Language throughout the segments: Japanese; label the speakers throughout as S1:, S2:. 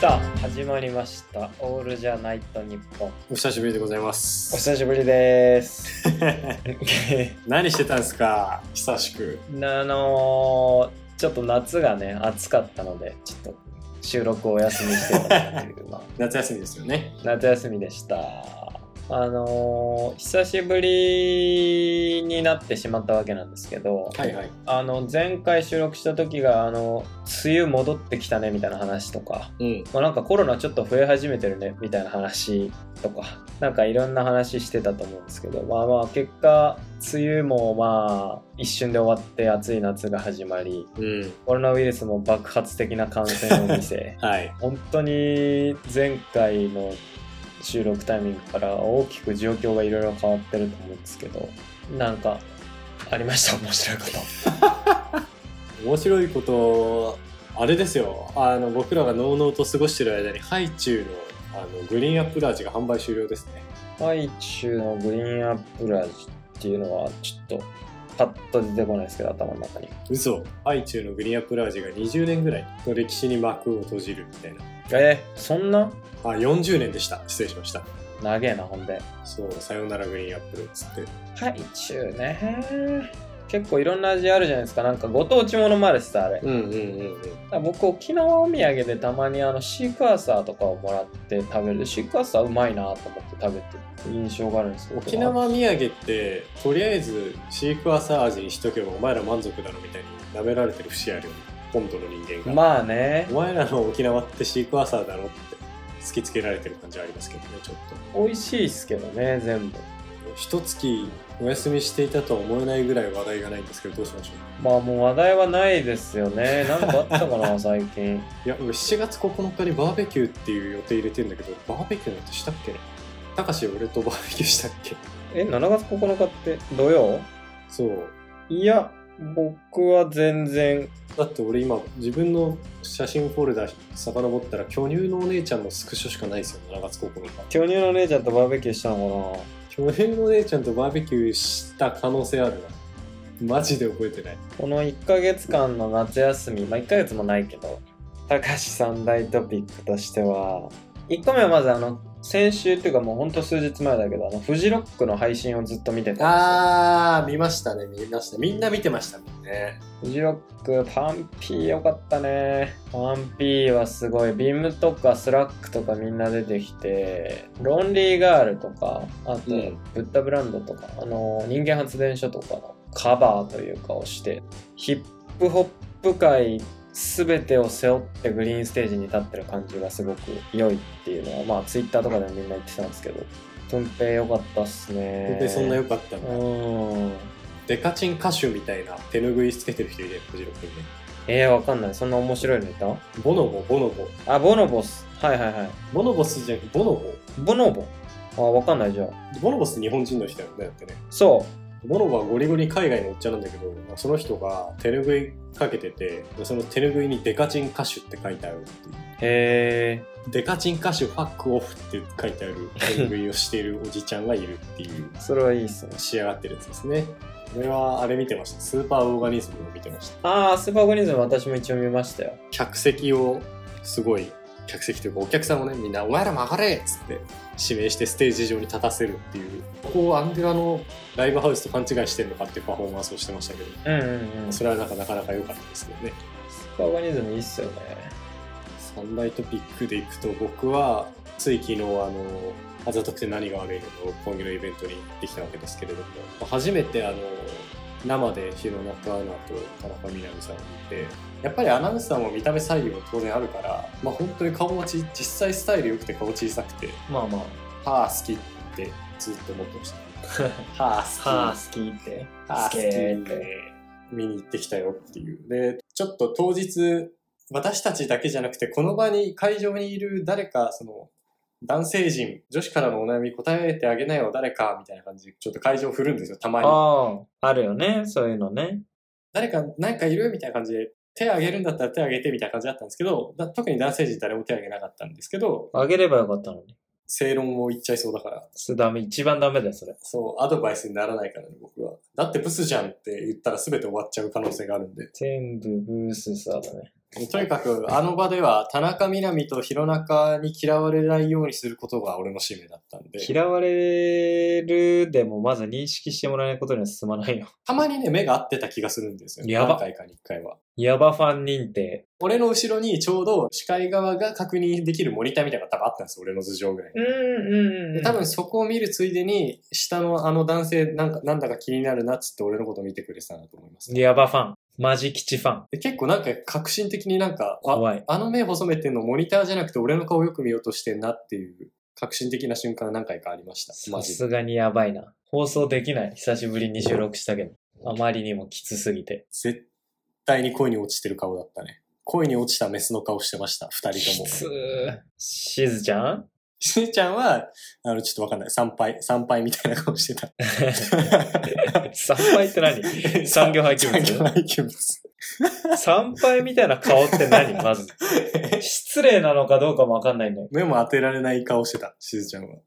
S1: さあ始まりました「オールじゃないと日本」
S2: お久しぶりでございま
S1: お
S2: す。
S1: 久しぶりです
S2: 何してたんですか久しく。
S1: あのーちょっと夏がね暑かったのでちょっと収録をお休みしてたなっていう まあ
S2: 夏休みですよね。
S1: 夏休みでしたあのー久しぶりになってしまったわけなんですけど、
S2: はいはい。
S1: あの前回収録した時があの梅雨戻ってきたねみたいな話とか
S2: うん。
S1: まあ、なんかコロナちょっと増え始めてるねみたいな話とかなんかいろんな話してたと思うんですけどまあまあ結果梅雨もまあ一瞬で終わって暑い夏が始まり
S2: うん。
S1: コロナウイルスも爆発的な感染を見 せ
S2: はい。
S1: 本当に前回の収録タイミングから大きく状況がいろいろ変わってると思うんですけどなんかありました面白いこと。
S2: 面白いこと、あれですよ。あの、僕らがのうのうと過ごしてる間に、ハイチュウのあのグリーンアップル味が販売終了ですね。
S1: ハイチュウのグリーンアップル味っていうのはちょっとパッと出てこないですけど頭の中に。
S2: 嘘。ハイチュウのグリーンアップル味が20年ぐらいの歴史に幕を閉じるみたいな。
S1: えーそんな
S2: あ、40年でした。失礼しました。
S1: 長えなほんで。
S2: そう、さよならグリーンアップルっつって。
S1: ハイチュウね。結構いろんな味あるじゃないですか。なんかご当地ものもあるしさ、あれ。
S2: うんうんうん
S1: 僕、沖縄お土産でたまにあのシークワーサーとかをもらって食べる。シークワーサーうまいなと思って食べてる印象があるんですけど。
S2: 沖縄土産ってとりあえずシークワーサー味にしとけばお前ら満足だろみたいに舐められてる節あるよね本土の人間が、
S1: まあね
S2: お。前らの沖縄ってシークワーサーだろって突きつけられてる感じはありますけどねちょっと
S1: 美味しいっすけどね、全部。
S2: 一月お休みしていたとは思えないぐらい話題がないんですけどどうしましょう
S1: まあもう話題はないですよね。なんかあったかな、最近。
S2: いや俺7月9日にバーベキューっていう予定入れてんだけどバーベキューなんてしたっけたかし俺とバーベキューしたっけ
S1: え、7月9日って土曜
S2: そう
S1: いや、僕は全然
S2: だって俺今自分の写真フォルダ遡ったら巨乳のお姉ちゃんのスクショしかないですよ7月9日
S1: 巨乳の姉ちゃんとバーベキューしたの
S2: 巨乳のお姉ちゃんとバーベキューした可能性あるなマジで覚えてない
S1: かなこの1ヶ月間の夏休みまあ1ヶ月もないけどたかし三大トピックとしては1個目はまずあの先週っていうかもうほんと数日前だけどあのフジロックの配信をずっと見てたんで
S2: あー見ましたね見ましたみんな見てましたもんね
S1: すよフジロックパンピーよかったねパンピーはすごいビームとかスラックとかみんな出てきてロンリーガールとかあと
S2: うん
S1: ブッダブランドとか、あの人間発電所とかのカバーというかをしてヒップホップ界全てを背負ってグリーンステージに立ってる感じがすごく良いっていうのはまあツイッターとかでもみんな言ってたんですけどトンペイ良かったっすね
S2: 本当にそんな良かったん
S1: う
S2: だ、
S1: ん
S2: デカチン歌手みたいな手ぬぐいつけてる人いるよフジロックにね
S1: えー、わかんないそんな面白いのいた
S2: ボノボボノボ
S1: あボノボスはいはいはい
S2: ボノボスじゃなくてボノボ
S1: ボノボあわかんないじゃあ
S2: ボノボスって日本人の人だよねだってね
S1: そ
S2: モロはゴリゴリ海外のおっちゃんなんだけど、その人が手ぬぐいかけてて、その手ぬぐいにデカチン歌手って書いてあるっていう。
S1: うへえ
S2: デカチン歌手ファックオフって書いてある手ぬぐいをしているおじちゃんがいるっていう
S1: それはいいっすね
S2: 仕上がってるやつですね。俺はあれ見てました。スーパーオーガニズムを見てました。
S1: ああスーパーゴリズム私も一応見ましたよ
S2: 客席をすごい、客席というかお客さんをね、みんなお前ら曲がれっつって指名してステージ上に立たせるっていう、ここをアングラのライブハウスと勘違いしてるのかっていうパフォーマンスをしてましたけど、
S1: うんうんうん
S2: それはなんかなかなか良かったですけどね。
S1: スーパーオーガニズムいいっすよね。
S2: 三大トピックでいくと僕はつい昨日あの「あざとくて何が悪いの?」の講義のイベントに行ってきたわけですけれども初めてあの生で弘中アナと田中みな実さんを見てやっぱりアナウンサーも見た目採用当然あるから、まあ、本当に顔もち実際スタイル良くて顔小さくて
S1: まあまあ。
S2: 「はあ好き」ってずっと思ってましたはあ好き
S1: はあ、好きって。
S2: あ好き
S1: 好きって
S2: で見に行ってきたよっていう。で、ちょっと当日、私たちだけじゃなくて、この場に、会場にいる誰か、その、男性陣、女子からのお悩み答えてあげなよ、誰か、みたいな感じで、ちょっと会場振るんですよ、たまに。
S1: ああ、あるよね、そういうのね。
S2: 誰か、何かいるみたいな感じで、手あげるんだったら手あげて、みたいな感じだったんですけど、だ特に男性陣誰も手あげなかったんですけど、
S1: あげればよかったのに。
S2: 正論を言っちゃいそうだから、
S1: それダメ、一番ダメだよ、それ。
S2: そう、アドバイスにならないからね、僕は。だってブスじゃんって言ったら全て終わっちゃう可能性があるんで。
S1: 全部ブースさだね。
S2: とにかく、あの場では、田中みな実と弘中に嫌われないようにすることが俺の使命だったんで。
S1: 嫌われるでも、まず認識してもらえないことには進まないよ。
S2: たまにね、目が合ってた気がするんですよ、ね。
S1: やば
S2: 何回かに1回は。
S1: ヤバファン認定。
S2: 俺の後ろにちょうど視界側が確認できるモニターみたいなのが多分あったんですよ、俺の頭上ぐらいに。
S1: ん
S2: で多分そこを見るついでに、下のあの男性なんか、なんだか気になるなっつって俺のこと見てくれてたなと思います、
S1: ヤバファン。マジ吉ファン。
S2: で結構なんか革新的になんか、あ、
S1: 怖い。
S2: あの目細めてんのモニターじゃなくて俺の顔よく見ようとしてんなっていう革新的な瞬間が何回かありました。マ
S1: さ
S2: ジ
S1: す
S2: で。
S1: がにやばいな。放送できない。久しぶりに収録したけど。あまりにもきつすぎて。
S2: 絶対に恋に落ちてる顔だったね。恋に落ちたメスの顔してました、二人と
S1: き
S2: も。
S1: つー。しずちゃん
S2: しーちゃんは、あの、ちょっとわかんない。参拝、参拝みたいな顔してた。
S1: 参拝って何 産業廃棄
S2: 産業
S1: 物
S2: 廃棄物。
S1: 参拝みたいな顔って何まず。失礼なのかどうかもわかんないんだよ。
S2: 目も当てられない顔してた、しーちゃんは。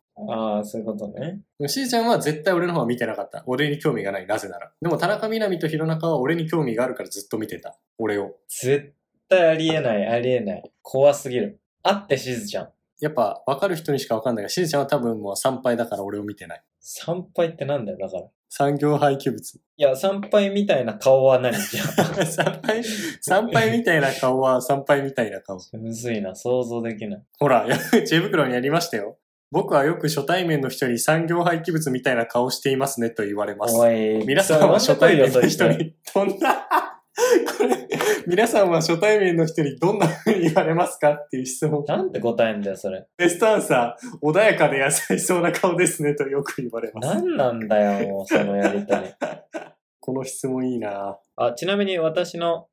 S1: ああ、そういうことね。
S2: でもしーちゃんは絶対俺の方は見てなかった。俺に興味がない、なぜなら。でも田中みな実と弘中は俺に興味があるからずっと見てた。俺を。
S1: 絶対ありえない、ありえない。怖すぎる。あってしずちゃん。
S2: やっぱ分かる人にしか分かんないが、しーちゃんは多分もう参拝だから俺を見てない。
S1: 参拝ってなんだよ、だから。い
S2: 産業廃棄物。
S1: や、参拝みたいな顔は何じゃあ。
S2: 参拝、参拝みたいな顔は参拝みたいな顔。
S1: むずいな、想像できない。
S2: ほら、 や知恵袋にやりましたよ。僕はよく初対面の人に産業廃棄物みたいな顔していますねと言われます。
S1: おい、
S2: 皆さんは初対面の人
S1: それ。
S2: にどんな、これ、皆さんは初対面の人にどんな風に言われますかっていう質問。
S1: なんて答えんだよ、それ。
S2: ベストアンサー、穏やかで優しそうな顔ですねとよく言われます。
S1: なんなんだよ、もう、そのやりと り。
S2: この質問いいな
S1: あ、ちなみに私の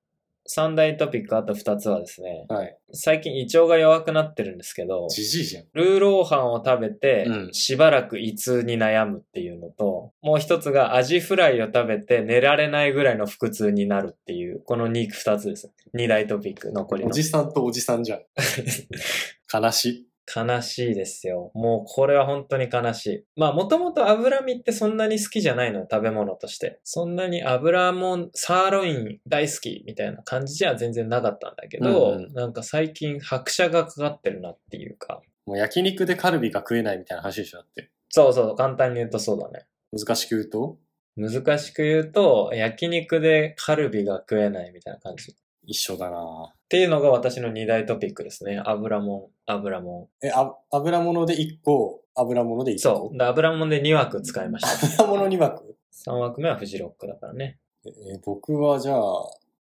S1: 三大トピックあと二つはですね、
S2: はい。
S1: 最近胃腸が弱くなってるんですけど、
S2: じじいじゃん。
S1: ルーローハンを食べて
S2: う、ん
S1: しばらく胃痛に悩むっていうのと、もう一つがアジフライを食べて寝られないぐらいの腹痛になるっていう、この2、二つです。二大トピック、残り
S2: お
S1: の。
S2: じさんとおじさんじゃん。悲しい。
S1: 悲しいですよ。もうこれは本当に悲しい。まあもともと脂身ってそんなに好きじゃないの、食べ物として。そんなに脂もんサーロイン大好きみたいな感じじゃ全然なかったんだけど、
S2: うんうん
S1: なんか最近拍車がかかってるなっていうか。
S2: もう焼肉でカルビが食えないみたいな話でしょだって。
S1: そうそう、簡単に言うとそうだね。
S2: 難しく言うと、
S1: 難しく言うと、焼肉でカルビが食えないみたいな感じ。っ
S2: 一緒だな
S1: ていうのが私の二大トピックですね。油もん、油も
S2: え、あ、油物で1個、油物で1
S1: ん。
S2: 個。
S1: そう。で油もんで2枠使いました。
S2: 油物2枠。
S1: 3枠目はフジロックだからね。
S2: えー僕はじゃあ、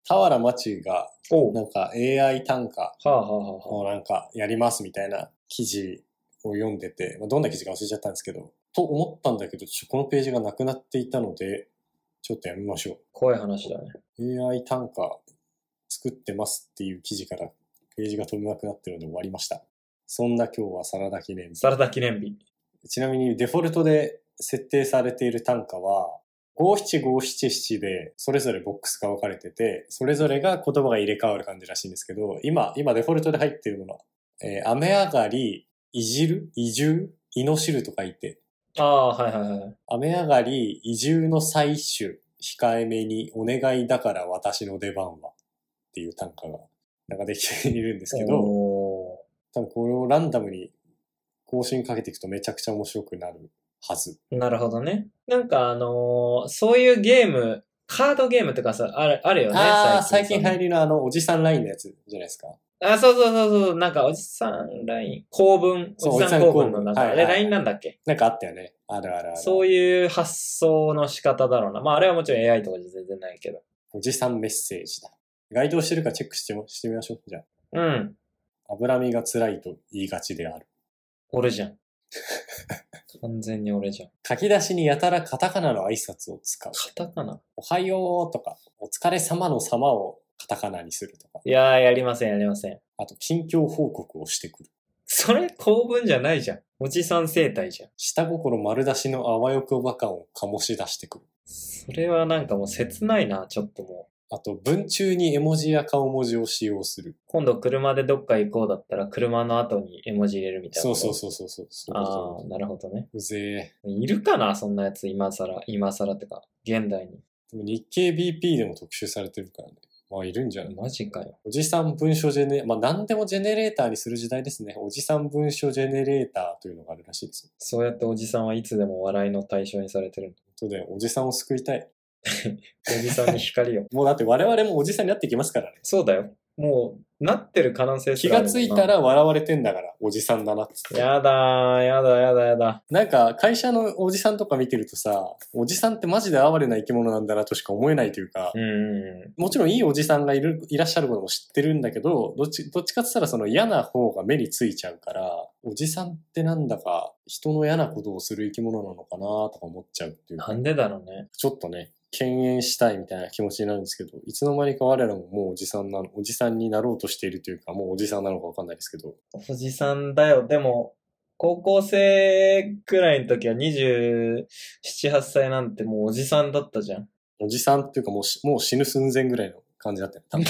S2: 俵町が、
S1: おは
S2: なんか AI 単価
S1: あ、はあはあはあ、
S2: をなんかやりますみたいな記事を読んでて、まあ、どんな記事か忘れちゃったんですけど、と思ったんだけど、ちょこのページがなくなっていたので、ちょっとやめましょう。
S1: 怖い話だね。
S2: AI 単価作ってますっていう記事からページが飛べなくなってるので終わりました。そんな今日はサラダ記念日。
S1: サラダ記念日。
S2: ちなみにデフォルトで設定されている単価は、57577でそれぞれボックスが分かれてて、それぞれが言葉が入れ替わる感じらしいんですけど、今、今デフォルトで入ってるものは、えー雨上がり、いじる、移住、いのしると書いて、
S1: ああ、はいはいはい。
S2: 雨上がり、移住の採取、控えめにお願いだから私の出番はっていう単価が、なんかできているんですけど、
S1: お
S2: 多分これをランダムに更新かけていくとめちゃくちゃ面白くなるはず。
S1: ーなるほどね。なんかあのーそういうゲーム、カードゲームとかさ、あるあるよね。
S2: ああ、最近
S1: さ
S2: 流行りのあの、おじさんラインのやつじゃないですか。
S1: あ、そうそうそうそう、なんかおじさんライン、公文、
S2: そう
S1: おじさん
S2: おじさん
S1: 公
S2: 公文
S1: 文の中、
S2: はい
S1: あ
S2: はい
S1: れラインなんだっけ
S2: なんかあったよね。あるあるある。
S1: そういう発想の仕方だろうな。まああれはもちろん AI とかじゃ全然ないけど。
S2: おじさんメッセージだ。該当してるかチェックしてもしてみましょう。じゃ
S1: うん、
S2: あ、脂身が辛いと言いがちである。
S1: 俺 じゃん。完全に俺じゃん。
S2: 書き出しにやたらカタカナの挨拶を使う。
S1: カタカナ
S2: おはようとか、お疲れ様の様をカタカナにするとか、
S1: いやー、やりません、やりません。
S2: あと近況報告をしてくる。
S1: それ公文じゃないじゃん。おじさん生態じゃん。
S2: 下心丸出しのあわよくば感を醸し出してくる。
S1: それはなんかもう切ないな、ちょっとも
S2: あと文中に絵文字や顔文字を使用する。
S1: 今度車でどっか行こうだったら車の後に絵文字入れるみたいな
S2: そ
S1: こ
S2: う
S1: と。
S2: そうそうそうそう。そういう
S1: あ
S2: こ
S1: あ、なるほどね。
S2: とうぜ
S1: いるかなそんなやつ、今更今更ってか、現代に。
S2: え。でも日経 BP でも特集されてるからね。まあいるんじゃない
S1: マジかよ。
S2: おじさん文章ジェネ、まあ何でもジェネレーターにする時代ですね。おじさん文章ジェネレーターというのがあるらしいですよ。
S1: そうやっておじさんはいつでも笑いの対象にされてる
S2: 本当だよ。おじさんを救いたい。
S1: の。おじさんに光 を。
S2: もうだって我々もおじさんになってきますからね。
S1: そうだよ。もう、なってる可能性す
S2: 気
S1: らある
S2: が
S1: もん
S2: つ
S1: ない
S2: た。ら笑われてんだから、おじさんだなっつって。
S1: やだー、やだやだやだ。
S2: なんか会社のおじさんとか見てるとさ、おじさんってマジで哀れな生き物なんだなとしか思えないというか
S1: う、んうんう
S2: もちろんいいおじさんがいるいらっしゃることも知ってるんだけど、どっち、どっちかって言ったらその嫌な方が目についちゃうから、おじさんってなんだか人の嫌なことをする生き物なのかなとか思っちゃうって
S1: ん。
S2: いう
S1: な
S2: か、
S1: んでだろうね。
S2: ちょっとね、敬遠したいみたいな気持ちになるんですけど、いつの間にか我らももうおじさんなの、おじさんになろうとしているというか、もうおじさんなのかわかんないですけど、
S1: おじさんだよ。でも、高校生くらいの時は27、8歳なんてもうおじさんだったじゃん。っ
S2: おじさんっていうかもうしもう死ぬ寸前ぐらいの感じだったよ、多分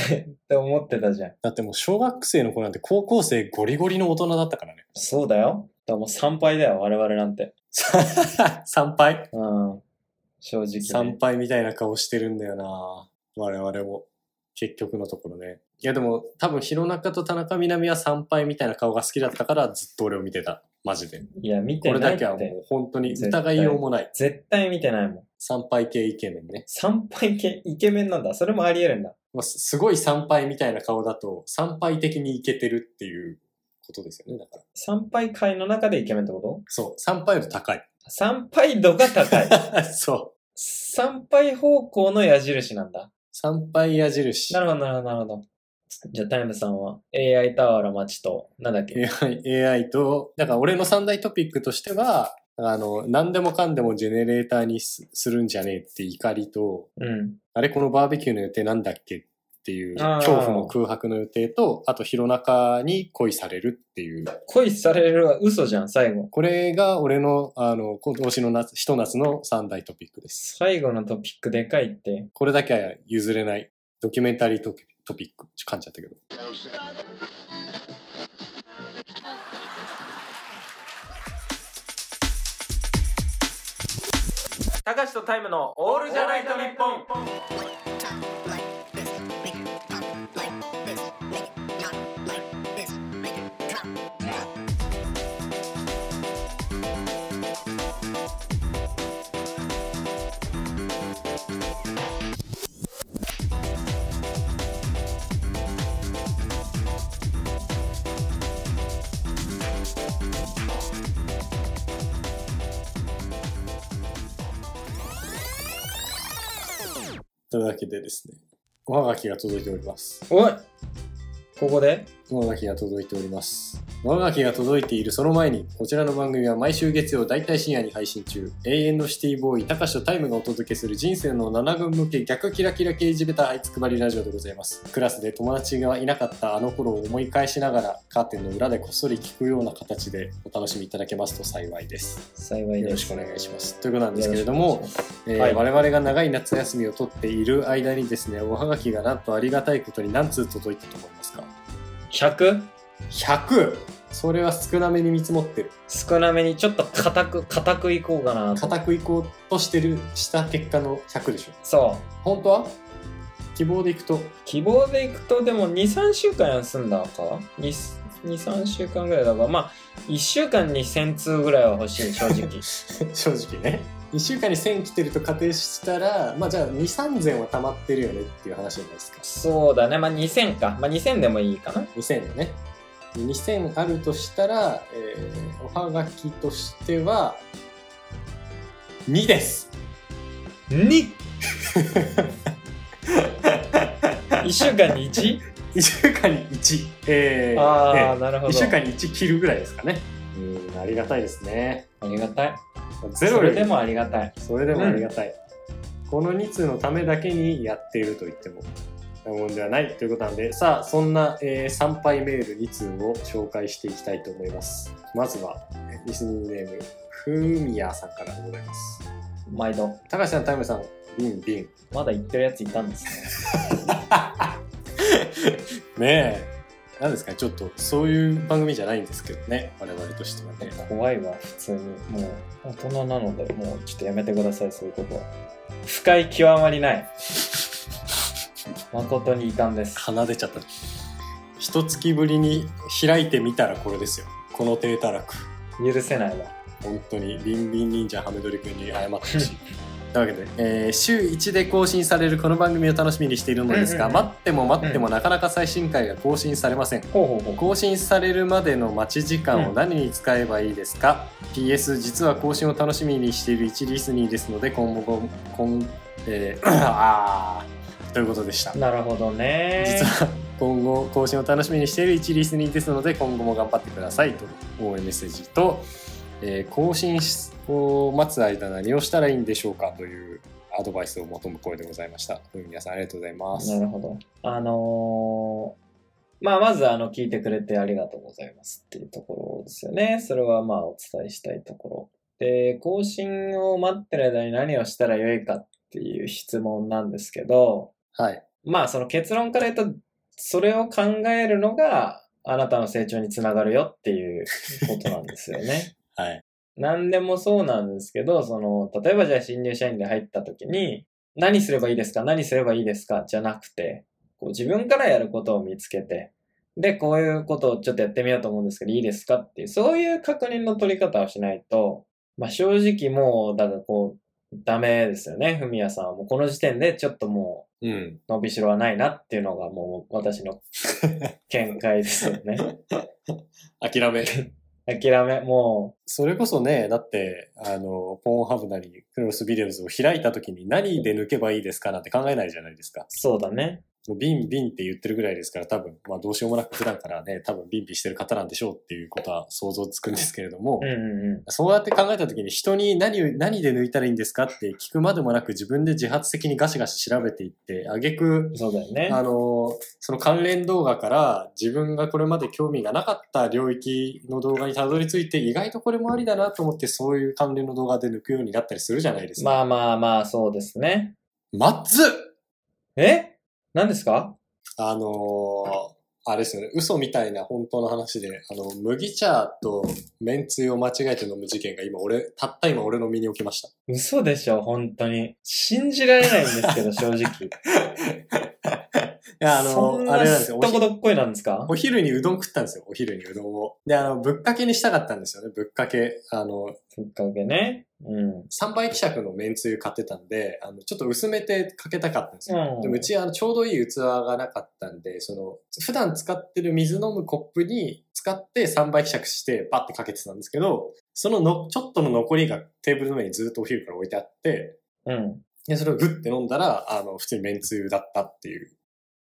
S1: て思ってたじゃん。
S2: だってもう小学生の子なんて高校生ゴリゴリの大人だっ たからね。
S1: そうだよ。だからもう参拝だよ、我々なんて。
S2: 参拝
S1: うん。正直、ね
S2: 参。拝みたいな顔してるんだよな我々も。結局のところね。いやでも多分弘中と田中みな実は参拝みたいな顔が好きだったからずっと俺を見てた。マジで。
S1: いや、見て
S2: これ
S1: ない
S2: だ
S1: っ
S2: けはも
S1: て。
S2: う本当に疑いようもない。
S1: 絶対見てないもん。
S2: 参拝系イケメンね。
S1: 参拝系イケメンなんだ。それもあり得るんだ。
S2: まあ、すすごい参拝みたいな顔だと参拝的にイケてるっていうことですよね。だから。
S1: 参拝会の中でイケメンってこ
S2: そう。参拝度高い。
S1: と参拝度が高い。
S2: そう。
S1: 参拝方向の矢印なんだ。
S2: 参拝矢印。
S1: なるほど、なるほど、なるほど。じゃあ、タイムさんは AI タワーの街と、なんだっけ
S2: AI, AI と、だから俺の三大トピックとしては、あの、何でもかんでもジェネレーターにすするんじゃねえって怒りと、
S1: うん。
S2: あれこのバーベキューの予定なんだっけっていう
S1: あー
S2: 恐怖の空白の予定と、あと弘中に恋されるっていう。
S1: 恋されるは嘘じゃん、最後。
S2: これが俺の、あの、今年の夏、ひと夏の三大トピックです。
S1: 最後のトピックでかいって。
S2: これだけは譲れない。ドキュメンタリートピトピック。ちょ、噛んじゃったけど。
S1: たかしとタイムのオールじゃないと日本。
S3: Talk like this, make it pop like this, make it not like this, make it drop.
S2: というわけでですね、おはがきが届いております。
S1: おいここで
S2: おはがきが届いております。おはがきが届いているその前に、こちらの番組は毎週月曜大体深夜に配信中、永遠のシティボーイ、高橋とタイムがお届けする人生の7軍向け逆キラキラ系地べたはいつくばりラジオでございます。クラスで友達がいなかったあの頃を思い返しながら、カーテンの裏でこっそり聞くような形でお楽しみいただけますと幸いです。
S1: 幸い
S2: よ
S1: で
S2: ろし
S1: す。
S2: くお願いします。ということなんですけれども、えー
S1: はい
S2: 我々が長い夏休みを取っている間にですね、おはがきがなんとありがたいことに何通届いたと思いますか
S1: 100?
S2: 100! それは少なめに見積もってる。
S1: 少なめにちょっと固く固くいこうかなと
S2: 固くいこうとしてる、した結果の100でしょ。
S1: そう
S2: 本当は希望でいくと、
S1: 希望でいくとでも23週間休んだのか23週間ぐらいだからまあ1週間に1000通ぐらいは欲しい正 直
S2: 正直ね。1週間に1000来てると仮定したら、まあじゃあ2、3000は溜まってるよねっていう話じゃないですか。
S1: そうだねまあ2000かまあ2000でもいいかな
S2: 2000だね。2000あるとしたら、えーおはがきとしては、2です。
S1: 21週間に 1?
S2: 1週間に1。えー
S1: ああ、
S2: えー
S1: なるほど
S2: 1週間に1切るぐらいですかねうんありがたいですね
S1: ありがたい
S2: ゼ
S1: そ
S2: ロ
S1: れ
S2: よ
S1: で
S2: り
S1: もありがたい
S2: それでもありがたい、この2通のためだけにやっていると言っても過言ではないということなんでさあそんな、えー参拝メール2通を紹介していきたいと思いますまずはえーリスニングネームふみやさんからでございます
S1: 毎度。
S2: 高橋さん、タイムさん、ビンビン。
S1: まだ言ってるやついたんですね。
S2: ねえ。なんですかねちょっとそういう番組じゃないんですけどね我々としてはね
S1: 怖いわ、普通に。もう、大人なので、もうちょっとやめてください、そういうことは。不快極まりない。誠に遺憾です。
S2: 鼻出ちゃった一月ぶりに開いてみたらこれですよこの低たらく
S1: 許せないわ。
S2: 本当にビンビン忍者ハメドリ君に謝ってほ しいというわけで、えー週1で更新されるこの番組を楽しみにしているのですが、
S1: うんうんうん
S2: 待っても待ってもなかなか最新回が更新されません
S1: ほうほうほう。
S2: 更新されるまでの待ち時間を何に使えばいいですか、PS 実は更新を楽しみにしている一リスニーですので今後も今、えー あーということでした
S1: なるほどね。
S2: 実は今後更新を楽しみにしている一リスニーですので今後も頑張ってくださいと応援メッセージと、えー更新を待つ間何をしたらいいんでしょうかというアドバイスを求む声でございましたうん皆さんありがとうございます、
S1: なるほど。あのーまあ、まず、あの、聞いてくれてありがとうございますっていうところですよね。それは、まあ、お伝えしたいところ。で、更新を待ってる間に何をしたらよいかっていう質問なんですけど、
S2: はい
S1: まあ、その結論から言うと、それを考えるのが、あなたの成長につながるよっていうことなんですよね。
S2: はい
S1: 何でもそうなんですけど、その、例えばじゃあ新入社員で入った時に、何すればいいですか何すればいいですかじゃなくて、こう自分からやることを見つけて、で、こういうことをちょっとやってみようと思うんですけど、いいですかっていう、そういう確認の取り方をしないと、まあ正直もう、だからこう、ダメですよね、ふみやさんは。もうこの時点でちょっとも
S2: うん
S1: う、伸びしろはないなっていうのがもう私の見解ですよね。
S2: 諦め
S1: 諦め、も
S2: それこそね、だって、あの、ポーンハブなり、クロスビデオズを開いた時に何で抜けばいいですかなんて考えないじゃないですか
S1: う、。そうだね。
S2: もうビンビンって言ってるぐらいですから、多分、まあどうしようもなく普段からね、多分ビンビンしてる方なんでしょうっていうことは想像つくんですけれども、
S1: うんうんうん。
S2: そうやって考えた時に人に何を、何で抜いたらいいんですかって聞くまでもなく自分で自発的にガシガシ調べていって、あげく、
S1: そうだよね。
S2: あの、その関連動画から自分がこれまで興味がなかった領域の動画にたどり着いて意外とこれもありだなと思ってそういう関連の動画で抜くようになったりするじゃないですか。
S1: まあまあまあ、そうですね。
S2: まっずっ
S1: え何ですか
S2: あのーあれですよね、嘘みたいな本当の話で、あの、麦茶と麺つゆを間違えて飲む事件が今俺、たった今俺の身に起きました。
S1: 嘘でしょ、本当に。信じられないんです けど、正直。
S2: いや、あ
S1: そ
S2: の
S1: ん
S2: ー
S1: な
S2: あれなんです
S1: す
S2: よ。
S1: っ
S2: お
S1: と
S2: ひ
S1: こどっこいなんですか
S2: お昼にうどん食ったんですよ、お昼にうどんを。で、あの、ぶっかけにしたかったんですよね、ぶっかけ。あの、
S1: ぶっかけね。うん。
S2: 3倍希釈のめんつゆ買ってたんで、あの、ちょっと薄めてかけたかったんですよ。
S1: うん
S2: でもうち、あの、ちょうどいい器がなかったんで、その、普段使ってる水飲むコップに使って3倍希釈して、バッてかけてたんですけど、そのの、ちょっとの残りがテーブルの上にずっとお昼から置いてあって、
S1: うん。
S2: で、それをグッて飲んだら、あの、普通にめんつゆだったっていう。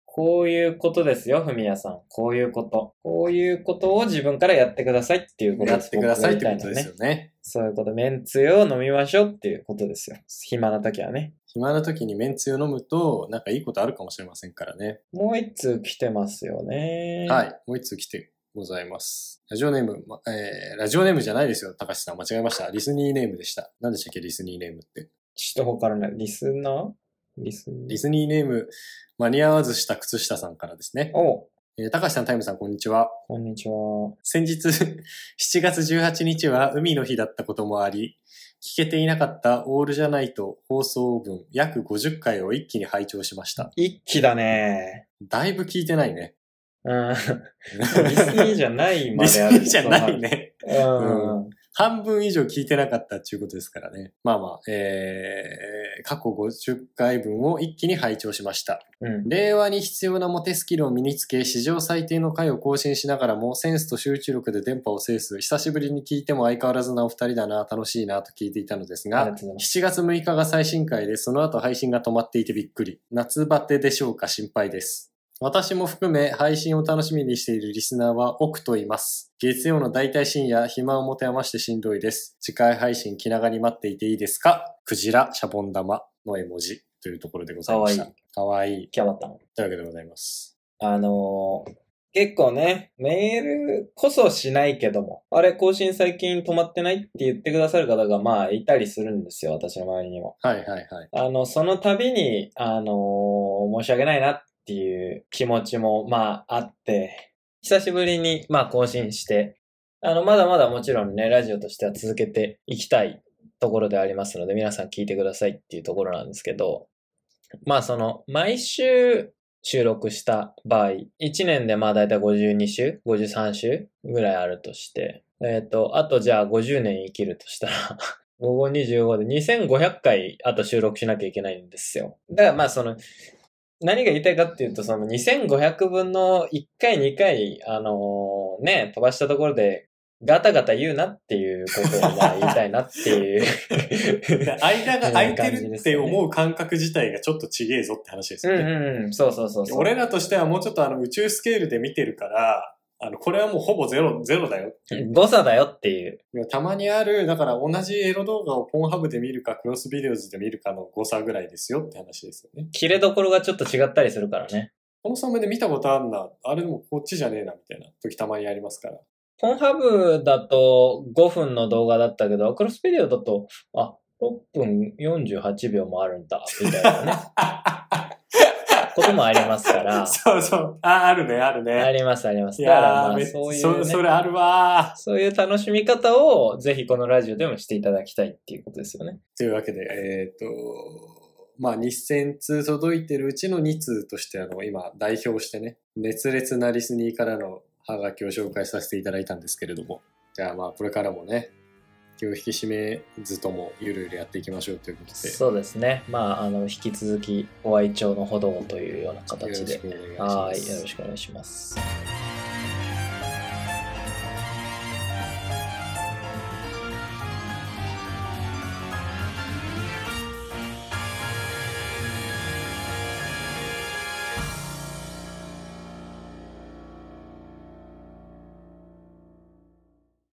S1: こういうことですよ、ふみやさん。こういうこと。こういうことを自分からやってくださいっていうこと
S2: やってくださいってこと
S1: 僕
S2: で
S1: みた
S2: す
S1: なね。
S2: よね。
S1: そういうこと。めんつゆを飲みましょうっていうことですよ。暇な時はね。
S2: 暇な時にめんつゆ飲むと、なんかいいことあるかもしれませんからね。
S1: もう一通来てますよね。
S2: は。い、もう一通来てございます。ラジオネーム、まえーラジオネームじゃないですよ、高橋さん。間違えました。リスニーネームでした。何でしたっけ、リスニーネームって。
S1: ちょっとわからない。リスナーリスナー
S2: リスニーネーム、間に合わずした靴下さんからですね。
S1: お
S2: えー高橋さん、タイムさん、こんにちは。
S1: こんにちは。
S2: 先日、7月18日は海の日だったこともあり、聞けていなかったオールじゃないと放送分約50回を一気に拝聴しました。
S1: 一気だね。
S2: だいぶ聞いてないね。
S1: うん。リスニーじゃないま
S2: リス
S1: であ
S2: ニ
S1: る。
S2: ーじゃないね。
S1: うん。うん。
S2: 半分以上聞いてなかったっていうことですからね。まあまあ、えー、過去50回分を一気に拝聴しました。
S1: うん。
S2: 令和に必要なモテスキルを身につけ、史上最低の回を更新しながらも、センスと集中力で電波を制す、久しぶりに聞いても相変わらずなお二人だな、楽しいなと聞いていたのです
S1: あ
S2: が
S1: りがとう、ございます。
S2: 7月6日が最新回で、その後配信が止まっていてびっくり。夏バテでしょうか心配です。私も含め配信を楽しみにしているリスナーは多くと言います。月曜の大体深夜、暇を持て余してしんどいです。次回配信気長に待っていていいですかクジラ、シャボン玉の絵文字というところでございました。
S1: かわ
S2: かわいい。
S1: キャバタン。
S2: というわけでございます。
S1: あのー結構ね、メールこそしないけども、あれ、更新最近止まってないって言ってくださる方が、まあ、いたりするんですよ、私の周りにも。
S2: はいはいはい。
S1: あの、その度に、あのー申し訳ないなっていう気持ちも、まあ、あって、久しぶりに、まあ、更新して、あの、まだまだもちろんね、ラジオとしては続けていきたいところでありますので、皆さん聞いてくださいっていうところなんですけど、まあ、その、毎週収録した場合、1年でまあ、だいたい52週、53週ぐらいあるとして、えっ、と、あとじゃあ50年生きるとしたら、 午後25で2500回あと収録しなきゃいけないんですよ。だからまあその、何が言いたいかっていうと、その2500分の1回2回、あのね、飛ばしたところでガタガタ言うなっていうことをまあ言いたいなっていう。
S2: 間が空いてるって
S1: う
S2: 思う感覚自体がちょっとちげえぞって話です
S1: ん
S2: よね。
S1: うんうん、そうそうそうそう。
S2: 俺らとしてはもうちょっとあの宇宙スケールで見てるから、あの、これはもうほぼゼロ、ゼロだよ。
S1: 誤差だよっていう。
S2: たまにある、だから同じエロ動画をポンハブで見るか、クロスビデオズで見るかの誤差ぐらいですよって話ですよね。
S1: 切れどころがちょっと違ったりするからね。
S2: このサムで見たことあるな、あれでもこっちじゃねえなみたいな時たまにありますから。
S1: ポンハブだと5分の動画だったけど、クロスビデオだと、あ、6分48秒もあるんだ、みたいな ね、こともありますから。
S2: そうそう。あ、あるね、ある
S1: あ
S2: ね。
S1: ります、あります。
S2: い
S1: だからま
S2: やー
S1: あ、
S2: めっ
S1: そうい、
S2: そうそ
S1: ね、
S2: れあるわー。
S1: そういう楽しみ方を、ぜひこのラジオでもしていただきたいっていうことですよね。
S2: というわけで、えっ、と、まあ、2000通届いてるうちの2通として、あの、今、代表してね、熱烈なリスニーからのハガキを紹介させていただいたんですけれども、じゃあまあ、これからもね、気を引き締めずとも、ゆるゆるやっていきましょうということで、
S1: そうですね。まあ、あの、引き続き、お愛鳥のほどをというような
S2: よろ
S1: 形
S2: し
S1: で。
S2: くお願いします。
S1: はい、よろしくお願いします。